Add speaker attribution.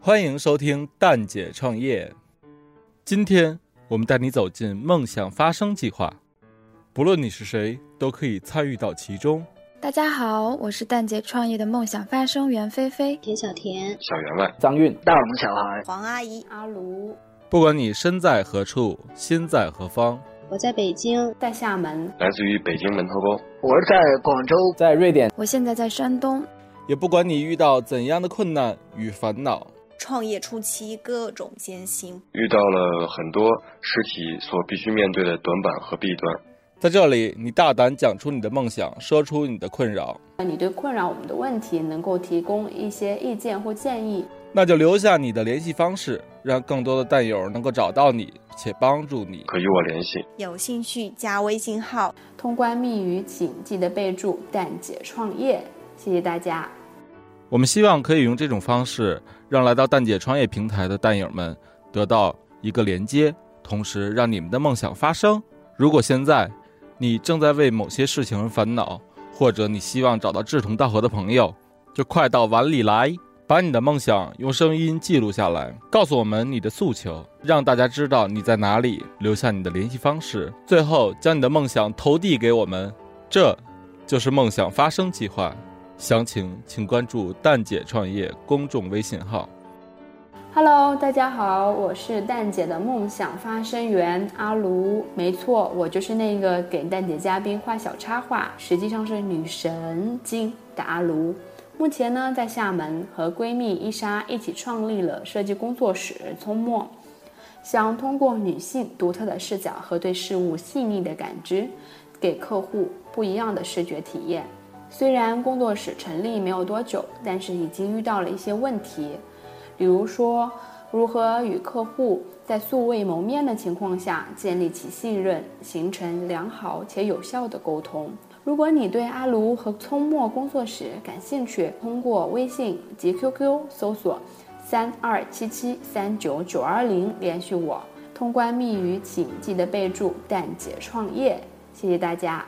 Speaker 1: 欢迎收听蛋姐创业。今天我们带你走进梦想发生计划，不论你是谁，都可以参与到其中。
Speaker 2: 大家好，我是蛋姐创业的梦想发生袁菲菲。
Speaker 3: 田小田、
Speaker 4: 小员外，
Speaker 5: 张韵，
Speaker 6: 大龙小孩，
Speaker 7: 黄阿姨，
Speaker 3: 阿卢，
Speaker 1: 不管你身在何处，心在何方，
Speaker 3: 我在北京，
Speaker 7: 在厦门，
Speaker 4: 来自于北京门头沟，
Speaker 6: 我是在广州，
Speaker 5: 在瑞典，
Speaker 2: 我现在在山东。
Speaker 1: 也不管你遇到怎样的困难与烦恼，
Speaker 7: 创业初期各种艰辛，
Speaker 4: 遇到了很多实体所必须面对的短板和弊端。
Speaker 1: 在这里你大胆讲出你的梦想，说出你的困扰，
Speaker 8: 那你对困扰我们的问题能够提供一些意见或建议。
Speaker 1: 那就留下你的联系方式，让更多的蛋友能够找到你且帮助你。
Speaker 4: 可与我联系，
Speaker 7: 有兴趣加微信号。
Speaker 8: 通关密语请记得备注“蛋姐创业”，谢谢大家。
Speaker 1: 我们希望可以用这种方式，让来到蛋姐创业平台的蛋友们得到一个连接，同时让你们的梦想发生。如果现在你正在为某些事情而烦恼，或者你希望找到志同道合的朋友，就快到碗里来，把你的梦想用声音记录下来，告诉我们你的诉求，让大家知道你在哪里，留下你的联系方式，最后将你的梦想投递给我们。这就是梦想发生计划。详情请关注“蛋姐创业”公众微信号。
Speaker 8: Hello，大家好，我是蛋姐的梦想发声源阿卢。没错，我就是那个给蛋姐嘉宾画小插画，实际上是女神经的阿卢。目前呢，在厦门和闺蜜伊莎一起创立了设计工作室聪墨，想通过女性独特的视角和对事物细腻的感知，给客户不一样的视觉体验。虽然工作室成立没有多久，但是已经遇到了一些问题，比如说如何与客户在素未谋面的情况下建立起信任，形成良好且有效的沟通。如果你对阿卢和聪墨工作室感兴趣，通过微信及 QQ 搜索三二七七三九九二零联系我。通关密语请记得备注“蛋姐创业”，谢谢大家。